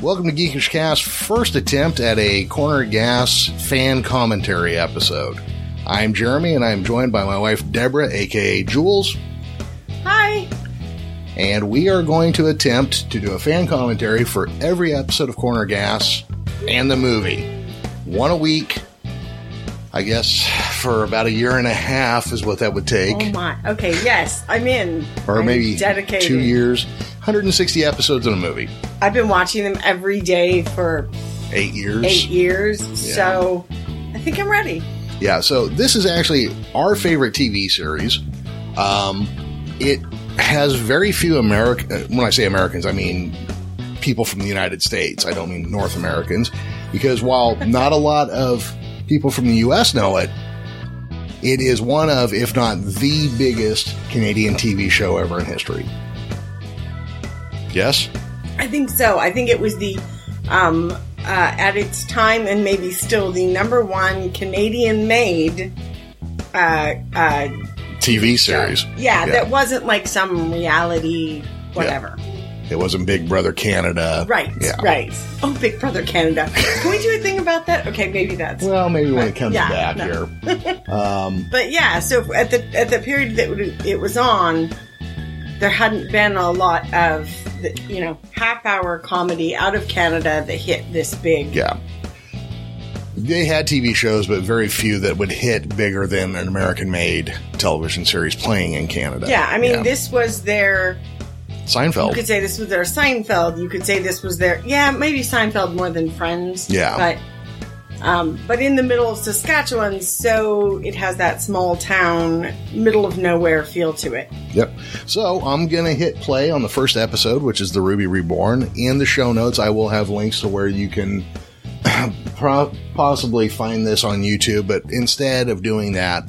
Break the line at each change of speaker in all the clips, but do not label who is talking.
Welcome to Geekish Cast, first attempt at a Corner Gas fan commentary episode. I'm Jeremy, and I'm joined by my wife Deborah, aka Jules,
Hi.
and we are going to attempt to do a fan commentary for every episode of Corner Gas and the movie. One a week, I guess, for about a year and a half is what that would take.
Oh my. Okay. Yes, I'm in.
or
I'm
maybe
dedicated.
two years, 160 episodes in a movie,
I've been watching them every day for
eight years.
eight years, so I think I'm ready.
Yeah, so this is actually our favorite TV series. Um, it has very few American. When I say Americans, I mean people from the United States. I don't mean North Americans, because while not a lot of people from the U.S. know it, it is one of, if not the biggest Canadian TV show ever in history. Yes.
I think so. I think it was the, um, uh, at its time and maybe still the number one Canadian-made. Uh, uh,
TV series.
yeah, that wasn't like some reality whatever.
It wasn't Big Brother Canada.
Right,
Yeah.
right. Oh, Big Brother Canada. Can we do a thing about that? Okay, maybe that's
Well, maybe when it comes
Yeah,
back
no.
here. Um,
But yeah, so at the at the period that it was on, there hadn't been a lot of the, you know half hour comedy out of Canada that hit this big.
yeah. They had TV shows, but very few that would hit bigger than an American made television series playing in Canada.
Yeah, I mean this was their. You could
Seinfeld.
say this was their Seinfeld. You could say this was their. Yeah, maybe Seinfeld more than Friends.
Yeah.
but um, but in the middle of Saskatchewan, so it has that small town, middle of nowhere feel to it.
Yep. So I'm going to hit play on the first episode, which is The Ruby Reborn. In the show notes, I will have links to where you can pro- possibly find this on YouTube, but instead of doing that,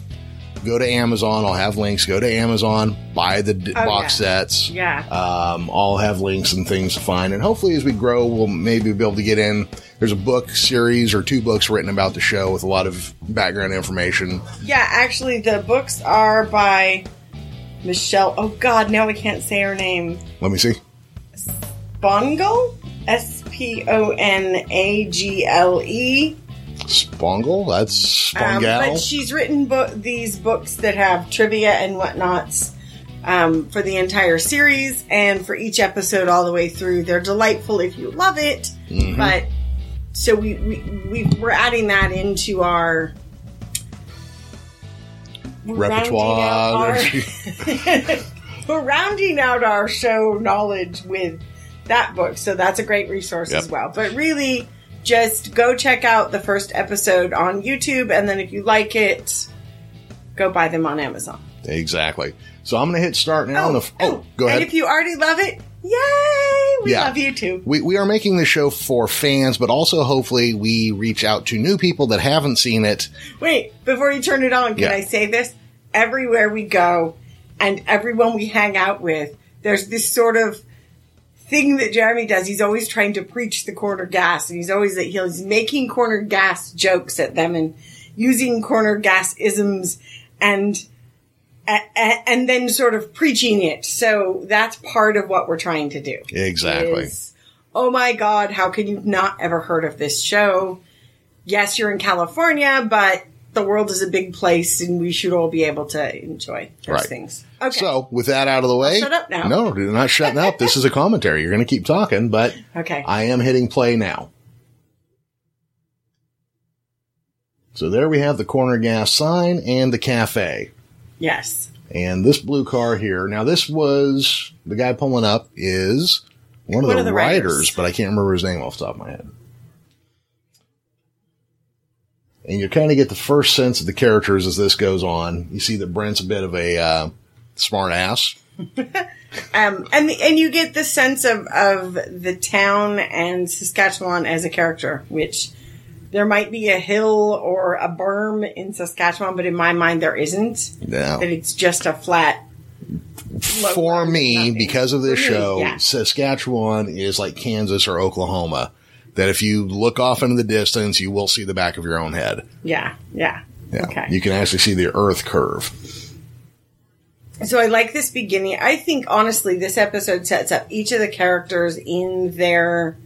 go to Amazon. I'll have links. Go to Amazon, buy the d-
Oh,
box
yeah.
sets.
Yeah,
Um, I'll have links and things to find. And hopefully, as we grow, we'll maybe be able to get in. There's a book series or two books written about the show with a lot of background information.
Yeah, actually, the books are by Michelle. Oh God, now we can't say her name.
Let me see.
Bongle, S P O N A G L E.
Spongle? That's
Um,
Spongal?
But she's written bo- these books that have trivia and whatnots um, for the entire series and for each episode all the way through. They're delightful if you love it, but so we, we, we we're adding that into our. we're rounding out
Repertoire.
our- we're rounding out our show knowledge with that book, so that's a great resource
Yep.
as well. But really, just go check out the first episode on YouTube, and then if you like it, go buy them on Amazon.
exactly. So I'm going to hit start now. on the f- oh, go
and
ahead.
if you already love it, yay! We
Yeah.
love you too.
we, we are making this show for fans, but also hopefully we reach out to new people that haven't seen it.
Wait, before you turn it on, can
Yeah.
I say this? Everywhere we go and everyone we hang out with, there's this sort of thing that Jeremy does. He's always trying to preach the corner gas and he's always that he's making corner gas jokes at them and using corner gas isms and a- a- and then sort of preaching it. So that's part of what we're trying to do
Exactly.
is, oh my God, how can you not ever heard of this show? Yes, you're in California, but the world is a big place and we should all be able to enjoy those
Right.
things. Okay.
So with that out of the way,
shut up now.
No, you're not shutting up. This is a commentary. You're going to keep talking, but
okay.
I am hitting play now. So there we have the corner gas sign and the cafe.
yes.
And this blue car here. Now this was the guy pulling up is one of, the, writers, but I can't remember his name off the top of my head. And you kind of get the first sense of the characters as this goes on. You see that Brent's a bit of a uh, smart ass.
Um, and, and you get the sense of, of the town and Saskatchewan as a character, which there might be a hill or a berm in Saskatchewan, but in my mind there isn't.
Yeah.
That it's just a flat.
for me,
nothing.
because of this
For me,
show,
yeah.
Saskatchewan is like Kansas or Oklahoma. That if you look off into the distance, you will see the back of your own head.
Yeah, yeah.
Yeah.
Okay.
You can actually see the Earth curve.
So I like this beginning. I think honestly, this episode sets up each of the characters in their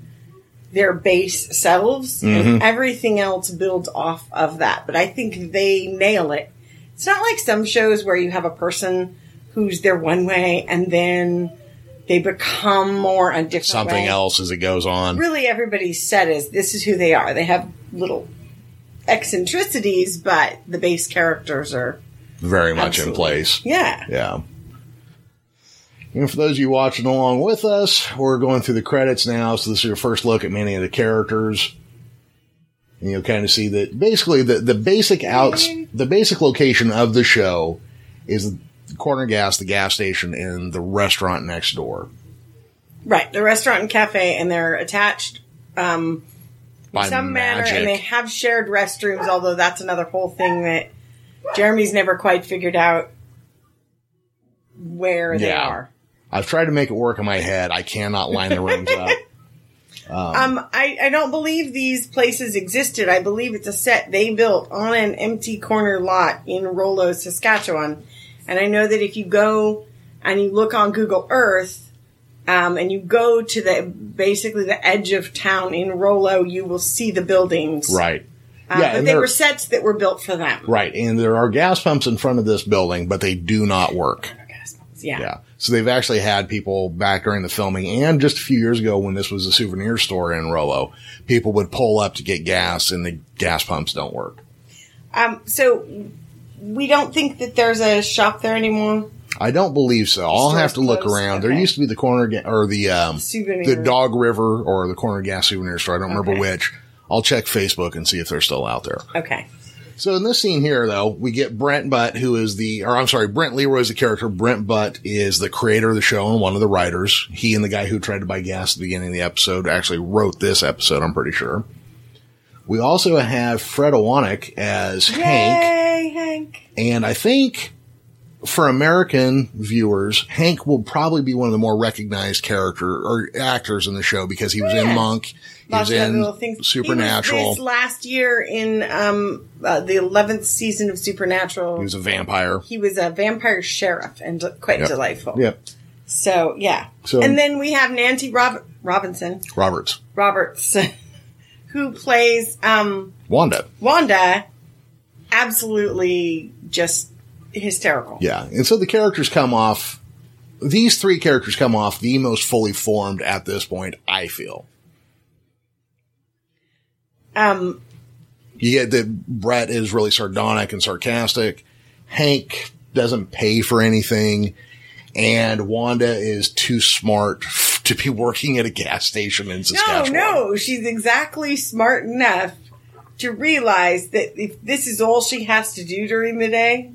their base selves,
Mm-hmm.
and everything else builds off of that. But I think they nail it. It's not like some shows where you have a person who's their one way and then they become more a different
something
way.
else as it goes on.
Really, everybody's set is this is who they are. They have little eccentricities, but the base characters are
Very much
Absolutely.
in place.
yeah.
Yeah. And for those of you watching along with us, we're going through the credits now, so this is your first look at many of the characters. And you'll kind of see that basically the, the basic outs the basic location of the show is the corner gas, the gas station, and the restaurant next door.
Right, the restaurant and cafe, and they're attached um, in
By
some
magic.
manner, and they have shared restrooms. Although that's another whole thing that Jeremy's never quite figured out where they
Yeah.
are.
I've tried to make it work in my head. I cannot line the rooms up.
Um, I, I don't believe these places existed. I believe it's a set they built on an empty corner lot in Rollo, Saskatchewan. And I know that if you go and you look on Google Earth, um, and you go to the basically the edge of town in Rollo, you will see the buildings.
Right.
Uh, but
and
they
there-
were sets that were built for them.
Right, and there are gas pumps in front of this building, but they do not work.
Yeah.
Yeah. So they've actually had people back during the filming and just a few years ago when this was a souvenir store in Rollo, people would pull up to get gas and the gas pumps don't work.
Um, so we don't think that there's a shop there anymore.
I don't believe so. I'll
Store's
have to look
closed.
around. There
Okay.
used to be the corner ga- or the um
Souvenir.
the Dog River or the corner gas souvenir store. I don't
Okay.
remember which. I'll check Facebook and see if they're still out there.
Okay.
So in this scene here, though, we get Brent Butt, who is the, or I'm sorry, Brent Leroy is the character. Brent Butt is the creator of the show and one of the writers. He and the guy who tried to buy gas at the beginning of the episode actually wrote this episode, I'm pretty sure. We also have Fred Owanick as Hank.
Yay, Hank.
And I think for American viewers, Hank will probably be one of the more recognized character or actors in the show because he was
Yeah.
in Monk, he
Lots
was
of other little
in
things.
Supernatural.
He was this last year in um, uh, the eleventh season of Supernatural.
he was a vampire.
a vampire sheriff and d- quite
Yep.
delightful.
Yep.
So yeah.
So-
and then we have Nancy Rob- Robinson
Roberts.
Roberts, who plays um,
Wanda.
Wanda. Absolutely, just hysterical.
Yeah. And so the characters come off, these three characters come off the most fully formed at this point, I feel.
Um,
You get that Brett is really sardonic and sarcastic. Hank doesn't pay for anything. And Wanda is too smart to be working at a gas station in
no,
Saskatchewan.
no, she's exactly smart enough to realize that if this is all she has to do during the day,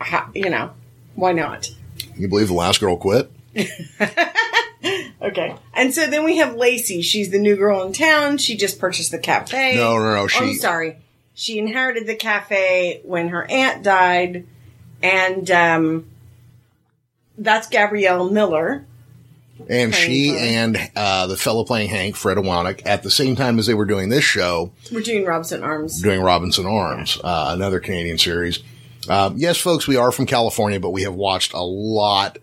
ha- you know, why not?
You believe the last girl quit?
Okay. And so then we have Lacey. She's the new girl in town. She just purchased the cafe.
No, no, no. She,
Oh, I'm sorry. She inherited the cafe when her aunt died, and um, that's Gabrielle Miller.
And she
Hank.
and uh, the fellow playing Hank, Fred Awanick, at the same time as they were doing this show,
We're doing Robson Arms.
doing Robinson Arms, uh, another Canadian series. Um, yes, folks, we are from California, but we have watched a lot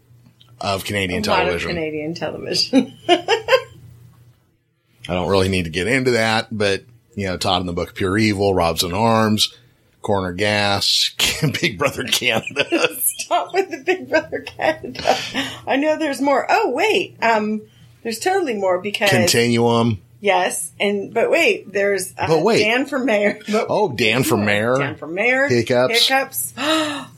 of Canadian
A lot of
television.
Canadian television.
I don't really need to get into that, but you know, Todd in the Book, Pure Evil, Robinson Arms, Corner Gas, Big Brother Canada.
Stop with the Big Brother Canada. I know there's more. Oh wait, um, there's totally more because
Continuum.
yes, and but wait, there's uh,
But wait.
Dan for mayor. But
Oh, Dan for Mayor.
Dan for mayor.
Hiccups.
Hiccups.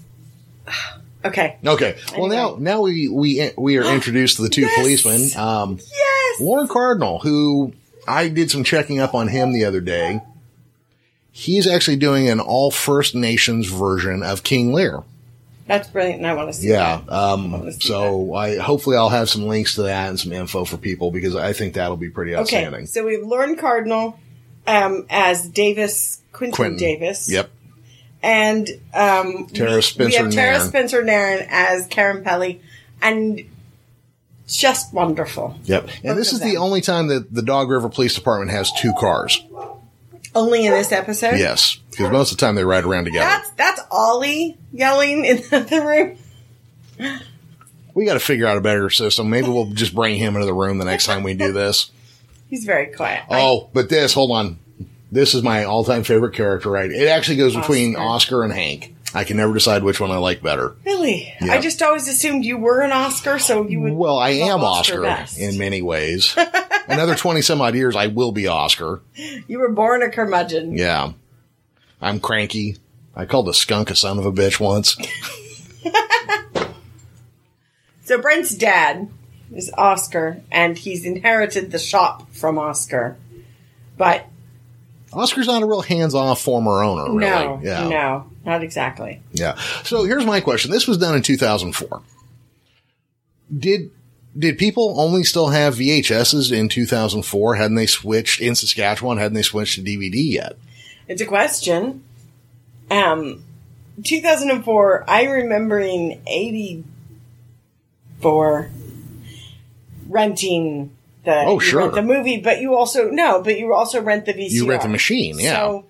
okay.
Okay. Well, now
Anyway.
now we we we are introduced to the two
Yes.
policemen. Um,
Yes.
Warren Cardinal, who I did some checking up on him the other day, he's actually doing an all First Nations version of King Lear.
That's brilliant, and I want to see.
Yeah.
wanna
Um,
see
so I hopefully I'll have some links to that and some info for people because I think that'll be pretty
Okay,
outstanding.
so we have Lauren Cardinal um, as Davis Quinton,
Quentin
Davis.
Yep.
and um,
Tara
we, We
Spencer
have Tara
Nairn.
Spencer Nairn as Karen Pelly, and just wonderful.
Yep.
Both
And this
of
is the
them.
only time that the Dog River Police Department has two cars.
Only in this episode,
Yes. Because most of the time they ride around together.
That's that's Ollie yelling in the, the room.
we got to figure out a better system. Maybe we'll just bring him into the room the next time we do this.
He's very quiet.
Oh, but this, hold on. This is my all time favorite character, right? It actually goes between
Oscar.
Oscar and Hank. I can never decide which one I like better.
Really?
Yeah.
I just always assumed you were an Oscar, so you would.
Well, I
love
am Oscar,
best.
in many ways. Another 20 some odd years, I will be Oscar.
you were born a curmudgeon.
Yeah. I'm cranky. I called a skunk a son of a bitch once.
So Brent's dad is Oscar, and he's inherited the shop from Oscar. But
Oscar's not a real hands off former owner, really.
no,
yeah.
no, not exactly.
Yeah. So here's my question. This was done in 2004. Did did people only still have VHSs in 2004? Hadn't they switched in Saskatchewan? Hadn't they switched to DVD yet?
It's a question. Um, 2004, I remember in 84 renting the,
Oh,
you
sure.
rent the movie, but you also, no, but you also rent the VCR.
You rent the machine, yeah.
So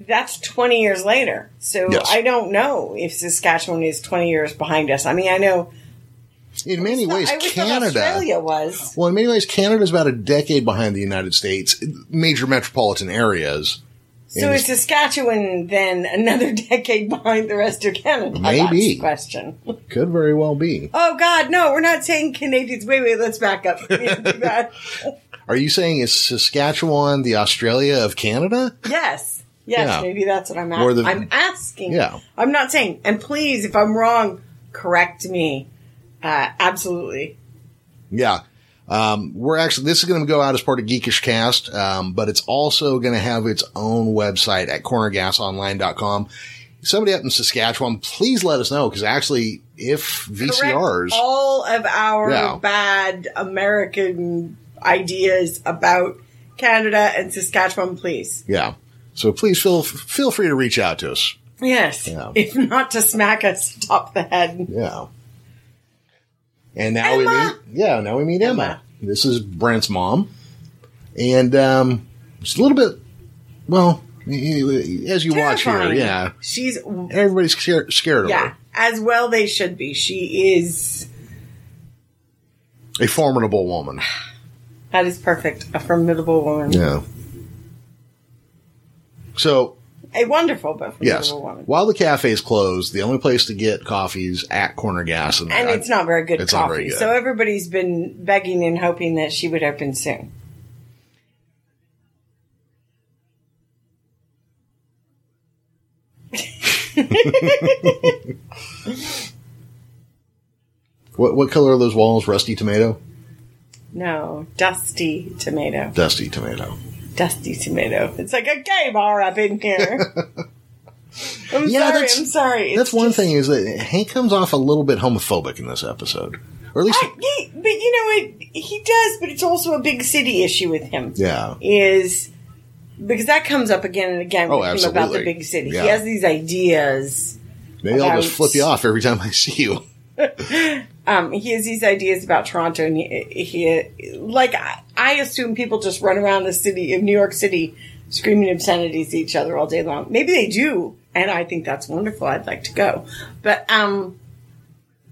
that's 20 years later. So
Yes.
I don't know if Saskatchewan is 20 years behind us. I mean, I know
in many ways,
I always thought
Canada.
Australia was.
Well, in many ways, Canada's about a decade behind the United States, major metropolitan areas.
So
In-
is Saskatchewan then another decade behind the rest of Canada?
Maybe.
That's the question.
Could very well be.
Oh God, no, we're not saying Canadians. Wait, wait, let's back up. We can't do that.
Are you saying is Saskatchewan the Australia of Canada?
yes. Yes,
Yeah.
maybe that's what I'm
Or
asking.
the-
I'm asking.
Yeah.
I'm not saying. And please, if I'm wrong, correct me. Uh, absolutely.
Yeah. Um, we're actually, this is going to go out as part of Geekish Cast, um, but it's also going to have its own website at cornergasonline.com. Somebody up in Saskatchewan, please let us know because actually, if VCRs,
Correct all of our
Yeah.
bad American ideas about Canada and Saskatchewan, please.
yeah. So please feel feel free to reach out to us.
Yes.
Yeah.
If not to smack us top the head.
Yeah. And now
Emma!
we meet, yeah, now we meet Emma.
Emma.
This is Brent's mom, and um, it's a little bit, well, as you watch here,
Terrifying.
yeah,
She's
everybody's scared, scared of her.
yeah, as well they should be. She is
a formidable woman.
That is perfect. A formidable woman.
Yeah. So
A wonderful but formidable
yes,
woman.
while the cafe's closed, the only place to get coffee is at Corner Gas, and,
And
I-
it's not very good
It's not
coffee.
very good.
So everybody's been begging and hoping that she would open soon.
What, what color are those walls? Rusty tomato,
No, dusty tomato.
dusty tomato.
Dusty tomato. It's like a gay bar up in here. I'm
Yeah,
sorry,
that's-
I'm sorry.
That's one thing is that Hank comes off a little bit homophobic in this episode, or at least
I, he, but you know what? He does, but it's also a big city issue with him.
yeah,
is because that comes up again and again
Oh,
with him about the
absolutely.
big city.
Yeah.
He has these ideas.
maybe I'll just
About-
flip you off every time I see you.
Um, he has these ideas about Toronto, and he, he like I, I assume people just run around the city of New York City screaming obscenities to each other all day long. Maybe they do, and I think that's wonderful. I'd like to go, but um,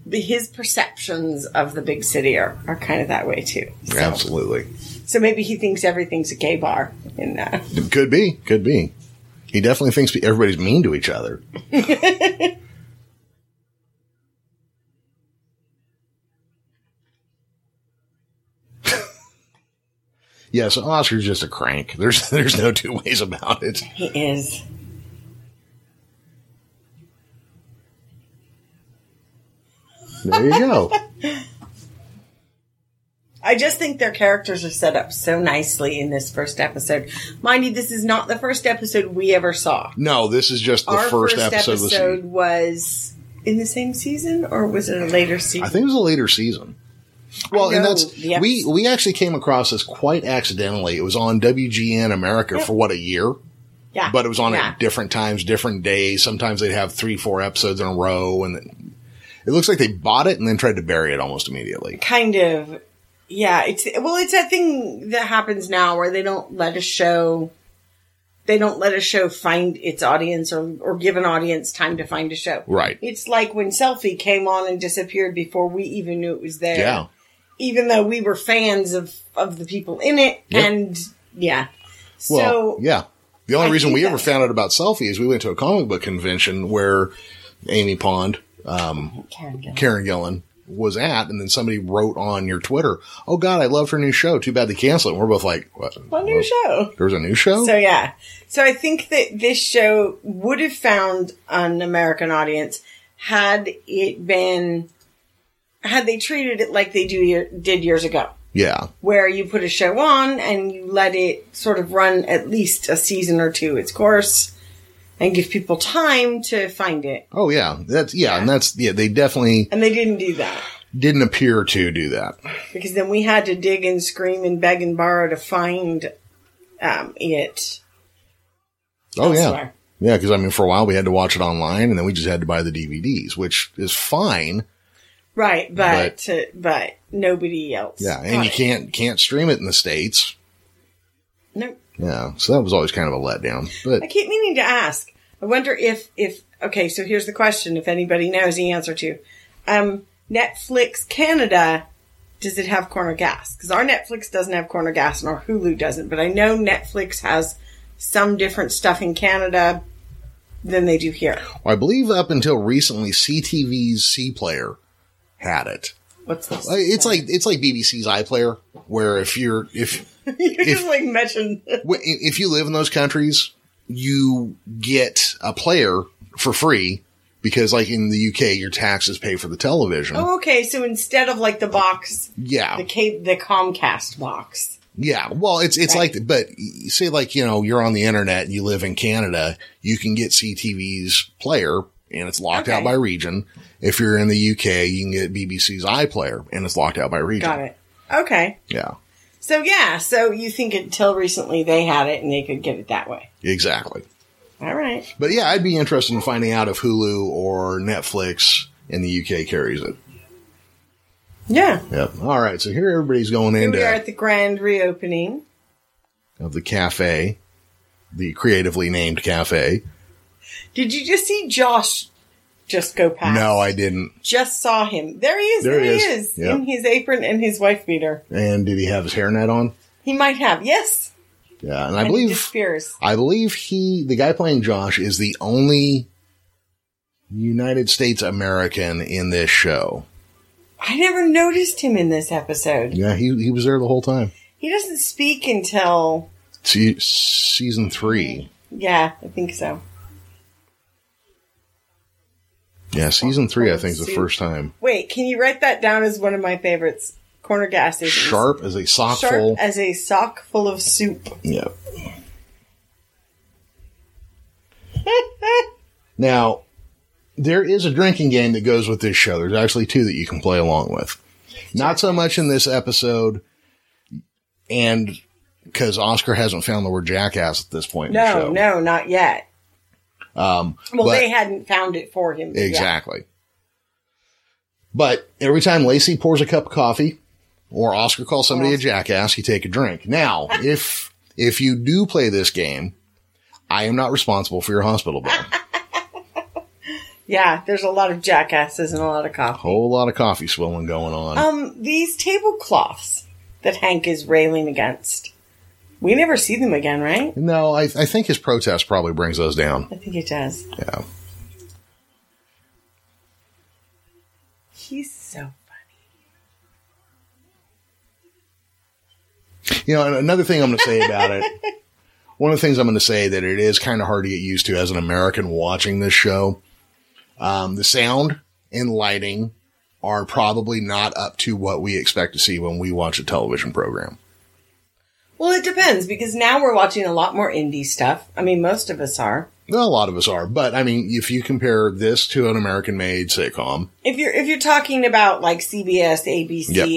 the, his perceptions of the big city are, are kind of that way too.
Absolutely,
So maybe he thinks everything's a gay bar in uh,
could be, could be. He definitely thinks everybody's mean to each other. Yeah, so Oscar's just a crank. There's there's no two ways about it.
He is.
There you go.
I just think their characters are set up so nicely in this first episode. Mind you, this is not the first episode we ever saw.
No, this is just the
Our
first, episode. of the
episode
season.
was in the same season, or was it a later season?
I think it was a later season. Well, and
know
that's
the
we we actually came across this quite accidentally. It was on WGN America for what a year,
yeah,
but it was on
yeah.
at different times, different days. Sometimes they'd have three, four episodes in a row, and it, it looks like they bought it and then tried to bury it almost immediately.
kind of. Yeah, it's well, it's that thing that happens now where they don't let a show, they don't let a show find its audience or or give an audience time to find a show.
Right.
It's like when Selfie came on and disappeared before we even knew it was there.
Yeah.
even though we were fans of of the people in it,
Yep.
and yeah, so
Well, yeah. The only
I
reason
think
we ever
that-
found out about selfie is we went to a comic book convention where Amy Pond, um,
Karen Gillan.
Karen Gillan was at, and then somebody wrote on your Twitter, "Oh God, I loved her new show. Too bad they canceled it." And we're both like, "What?
what new show?
There was a new show?"
So yeah, so I think that this show would have found an American audience had it been had they treated it like they do year, did years ago,
yeah,
where you put a show on and you let it sort of run at least a season or two its course, and give people time to find it.
oh yeah, that's yeah, and that's yeah. They definitely
And they didn't do that
didn't appear to do that.
because then we had to dig and scream and beg and borrow to find um, it.
Oh yeah,
elsewhere.
yeah. Because I mean, for a while we had to watch it online, and then we just had to buy the DVDs, which is fine.
Right, but but, but nobody else.
Yeah, and
got
you
it.
can't can't stream it in the states.
Nope.
Yeah, so that was always kind of a letdown. But
I keep meaning to ask. I wonder if if okay. So here's the question: If anybody knows the answer to, um, Netflix Canada, does it have corner gas? Because our Netflix doesn't have corner gas, and our Hulu doesn't. But I know Netflix has some different stuff in Canada than they do here.
I believe up until recently, CTV's C player had it.
What's this?
Uh, It's like it's like BBC's iPlayer, where if you're if
you just like mentioned.
w- if you live in those countries, you get a player for free because, like in the UK, your taxes pay for the television.
oh, okay. So instead of like the box,
yeah,
the ca- the Comcast box.
yeah. Well, it's it's like, but y- say like you know you're on the internet and you live in Canada, you can get CTV's player and it's locked out
Okay.
by region. If you're in the UK, you can get BBC's iPlayer and it's locked out by region.
Got it. Okay.
Yeah,
So yeah, so you think until recently they had it and they could get it that way.
exactly.
All right.
But yeah, I'd be interested in finding out if Hulu or Netflix in the UK carries it.
Yeah.
Yep. All right. So here everybody's going
Here we are
into
at the grand reopening.
of the cafe, the creatively named cafe.
Did you just see Josh just go past?
No, I didn't.
just saw him. There he is.
There
There,
he
he
is.
is,
Yeah.
in his apron and his wife beater.
And did he have his hairnet on?
He might have. Yes.
Yeah. And I
And he
believe
disappears.
I believe he the guy playing Josh is the only United States American in this show.
I never noticed him in this episode.
Yeah, he he was there the whole time.
He doesn't speak until
Se- season three.
yeah, I think so.
Yeah, season three. I think is the first time.
Wait, can you write that down as one of my favorites? Corner gas is
Sharp as a sock full.
as a sock full of soup.
Yeah. now, there is a drinking game that goes with this show. There's actually two that you can play along with. Not so much in this episode, and because Oscar hasn't found the word jackass at this point. in the
No,
show.
no, not yet.
Um,
Well,
but-
they hadn't found it for him. yet.
Exactly. But every time Lacey pours a cup of coffee or Oscar calls somebody a jackass, you take a drink. Now, if if you do play this game, I am not responsible for your hospital bill.
Yeah, there's a lot of jackasses and a lot of coffee.
Whole lot of coffee swilling going on.
Um, these tablecloths that Hank is railing against, we never see them again, right?
no, I, I think his protest probably brings those down.
I think it does.
Yeah.
He's so funny.
You know, and another thing I'm going to say about it, one of the things I'm going to say that it is kind of hard to get used to as an American watching this show, um, the sound and lighting are probably not up to what we expect to see when we watch a television program.
Well, it depends because now we're watching a lot more indie stuff. I mean, most of us are.
Well, a lot of us are, but I mean, if you compare this to an American made sitcom,
If you're if you're talking about like CBS, ABC,
Yep.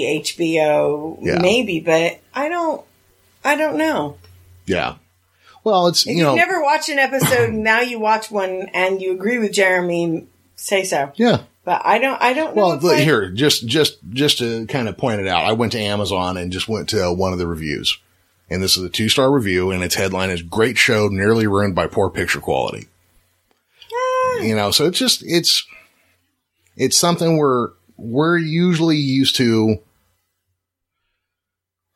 HBO,
Yeah.
maybe, but I don't I don't know.
yeah. Well, it's,
If
you
you
know,
have never watched an episode, and now you watch one and you agree with Jeremy, say so.
yeah.
But I don't. I don't know.
Well,
if
look,
I-
here, just just just to kind of point it out, I went to Amazon and just went to uh, one of the reviews, and this is a two star review, and its headline is "Great Show Nearly Ruined by Poor Picture Quality."
ah.
You know, so it's just it's it's something we're we're usually used to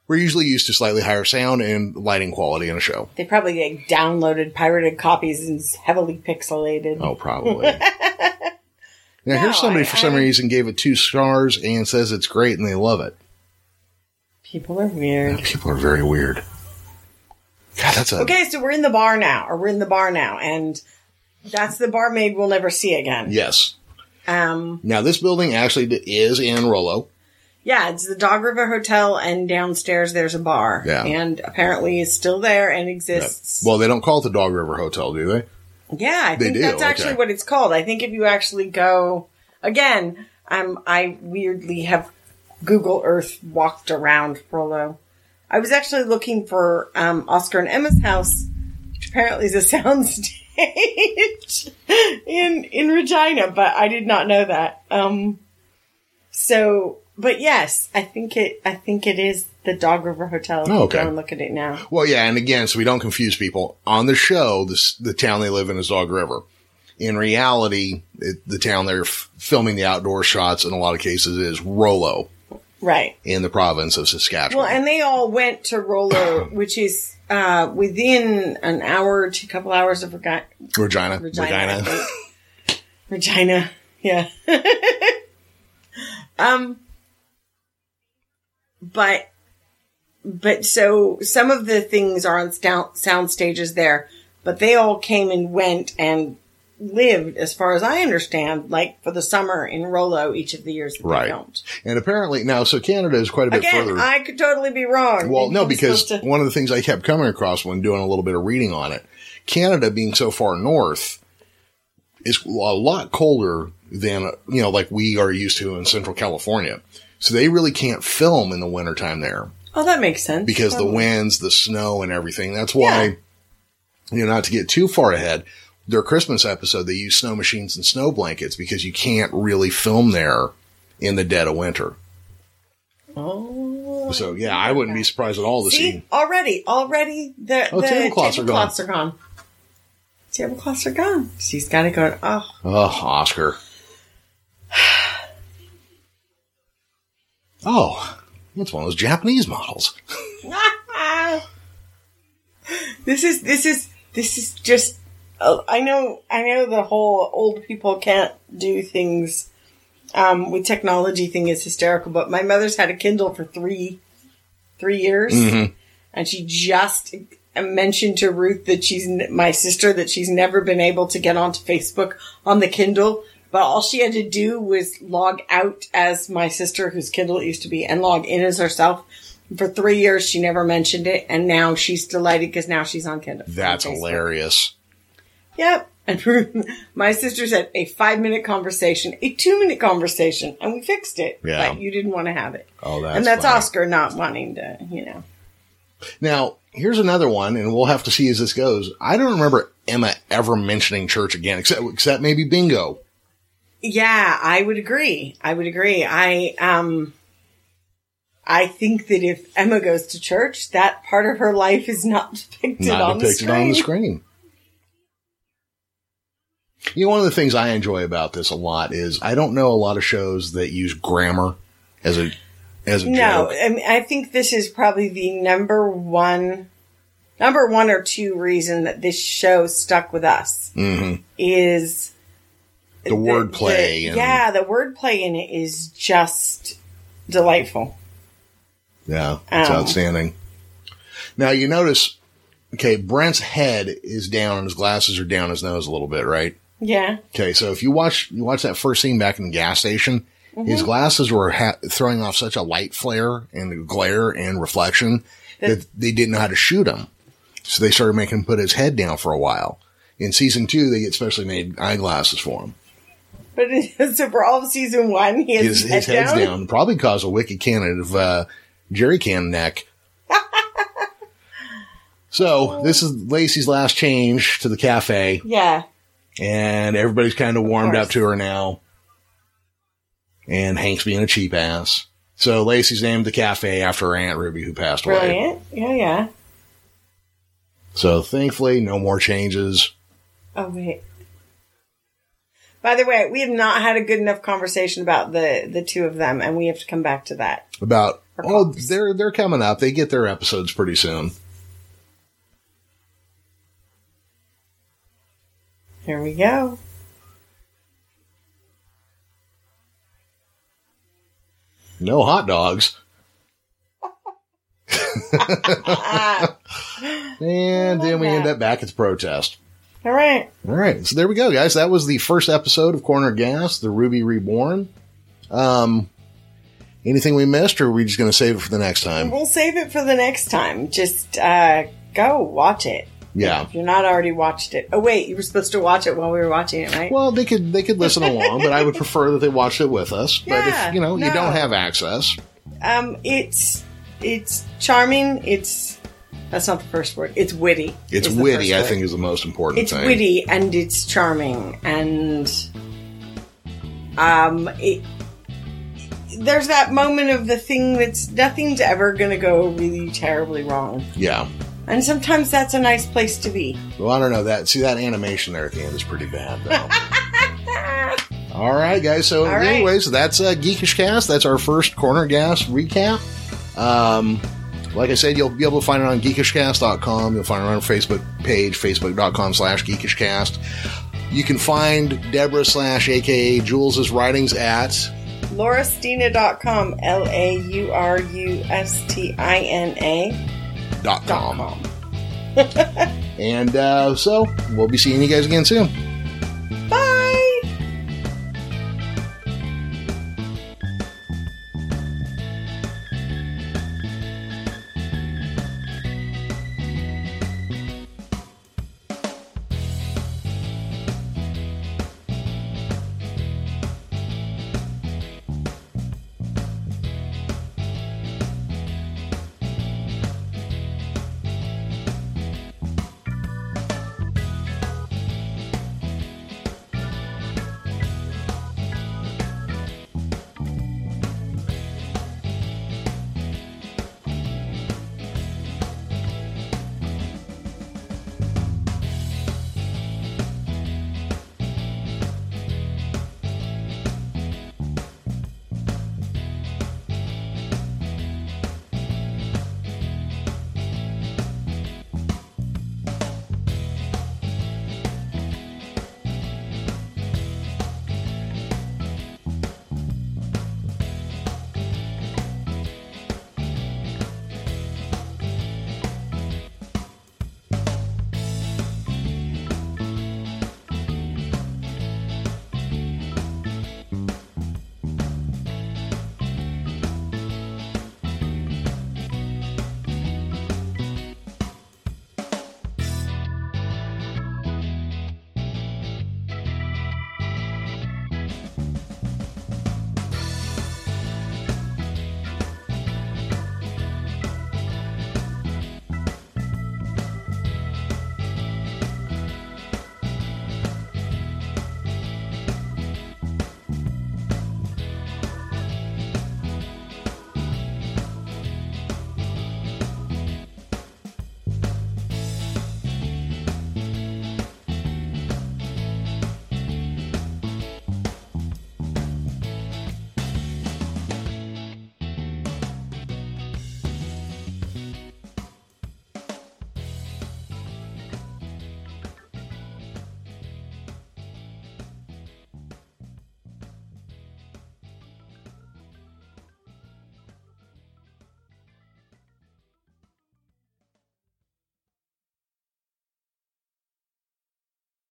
We're usually used to slightly higher sound and lighting quality in a show.
They probably like, downloaded pirated copies and it's heavily pixelated.
Oh, probably. now, here's somebody
I-
for some
I-
reason gave it two stars and says it's great and they love it.
People are weird.
People are very weird. God, that's a
Okay, so we're in the bar now, or we're in the bar now, and that's the barmaid we'll never see again.
yes.
Um,
Now this building actually d- is in Rollo.
yeah, it's the Dog River Hotel, and downstairs there's a bar.
Yeah.
And apparently it's still there and exists.
Well, they don't call it the Dog River Hotel, do they?
Yeah, I
They
think
do,
that's
okay.
actually what it's called. I think if you actually go again, um, I weirdly have Google Earth walked around Frollo. I was actually looking for um, Oscar and Emma's house, which apparently is a soundstage in in Regina, but I did not know that. Um, so, but yes, I think it. I think it is the Dog River Hotel.
Oh, okay.
Go and look at it now.
Well, yeah, and again, so we don't confuse people. On the show, this, the town they live in is Dog River. In reality, it, the town they're f- filming the outdoor shots in a lot of cases is Rollo
Right.
in the province of Saskatchewan.
Well, and they all went to Rolo, which is uh, within an hour to a couple hours of Regi-
Regina.
Regina. I
Regina.
think. Regina. Yeah. um, but, but so some of the things are on sound, sound stages there, but they all came and went and lived, as far as I understand, like for the summer in Rolo each of the years that
Right.
they filmed.
And apparently, now, so Canada is quite a bit
Again,
further.
I could totally be wrong.
well, no,
I'm
because
supposed to-
one of the things I kept coming across when doing a little bit of reading on it, Canada being so far north is a lot colder than, you know, like we are used to in central California. So they really can't film in the wintertime there.
Oh, that makes sense.
because the
Probably.
winds, the snow, and everything. That's why, you know, not to get too far ahead, their Christmas episode, they use snow machines and snow blankets because you can't really film there in the dead of winter.
Oh.
So, yeah, I wouldn't be surprised at all to see.
See, already, already the,
Oh,
the
tablecloths are gone.
tablecloths are gone. Tablecloths are gone. She's got to go. Oh,
Oh, Oscar. Oh, that's one of those Japanese models.
this is this is this is just. oh, I know. I know the whole old people can't do things um, with technology thing is hysterical. But my mother's had a Kindle for three three years, and she just mentioned to Ruth that she's n- my sister that she's never been able to get onto Facebook on the Kindle. But all she had to do was log out as my sister, whose Kindle it used to be, and log in as herself. For three years, she never mentioned it, and now she's delighted because now she's on Kindle.
That's
on Facebook.
hilarious.
Yep. And my sisters had a five minute conversation, a two minute conversation, and we fixed it.
Yeah.
But you didn't want to have it.
Oh, that's
and that's
funny.
Oscar not wanting to, you know.
Now, here's another one, and we'll have to see as this goes. I don't remember Emma ever mentioning church again, except except maybe bingo.
Yeah, I would agree. I would agree. I um I think that if Emma goes to church, that part of her life is not depicted,
not
on,
depicted
the
on the
screen.
screen. You know, one of the things I enjoy about this a lot is I don't know a lot of shows that use grammar as a as a
No,
joke.
I, mean, I think this is probably the number one, number one or two reason that this show stuck with us
Mm-hmm.
is
The wordplay
the-
and-
yeah, the wordplay in it is just delightful.
Yeah, it's
Um.
outstanding. Now you notice, okay, Brent's head is down and his glasses are down his nose a little bit, right?
Yeah,
Okay, so if you watch you watch that first scene back in the gas station, his glasses were ha- throwing off such a light flare and glare and reflection that they didn't know how to shoot him. So they started making him put his head down for a while. In season two, they get specially made eyeglasses for him.
but it, so for all of season one, he has
His,
his
his
head
head's
down.
down. probably caused a wicked cannon of uh, jerry can neck. so this is Lacey's last change to the cafe,
Yeah,
and everybody's kind of warmed
course.
up to her now. And Hank's being a cheap ass. So Lacey's named the cafe after her aunt Ruby, who passed away.
brilliant. Yeah, yeah.
So thankfully, no more changes.
Oh wait. By the way, we have not had a good enough conversation about the the two of them, and we have to come back to that.
about
Or
Oh,
Pops.
they're they're coming up. They get their episodes pretty soon.
Here we go.
No hot dogs.
Ah,
And then we
that.
end up back at the protest.
all right.
All right. So there we go, guys. That was the first episode of Corner Gas, the Ruby Reborn. Um, anything we missed, or are we just going to save it for the next time?
We'll save it for the next time. Just uh, go watch it.
Yeah.
If you're not already watched it. Oh, wait. You were supposed to watch it while we were watching it, right?
Well, they could they could listen along, but I would prefer that they watch it with us. but
Yeah,
if you know you
no.
don't have access,
Um, it's it's charming. It's that's not the first word. It's witty.
it's
is the
witty.
first
I
word.
think is the most important
it's
thing.
witty and it's charming and um it, there's that moment of the thing that's nothing's ever going to go really terribly wrong.
Yeah.
And sometimes that's a nice place to be.
Well, I don't know that. See that animation there at the end is pretty bad though.
Ah!
All right, guys. So,
All right.
anyways, that's uh, Geekish Cast. That's our first Corner Gas recap. Um, like I said, you'll be able to find it on geekishcast.com. You'll find it on our Facebook page, facebook.com slash geekishcast. You can find Deborah slash aka Jules' writings at
laurastina.com L A U R U S T I N A
dot
dot
com.
com.
And uh, so we'll be seeing you guys again soon.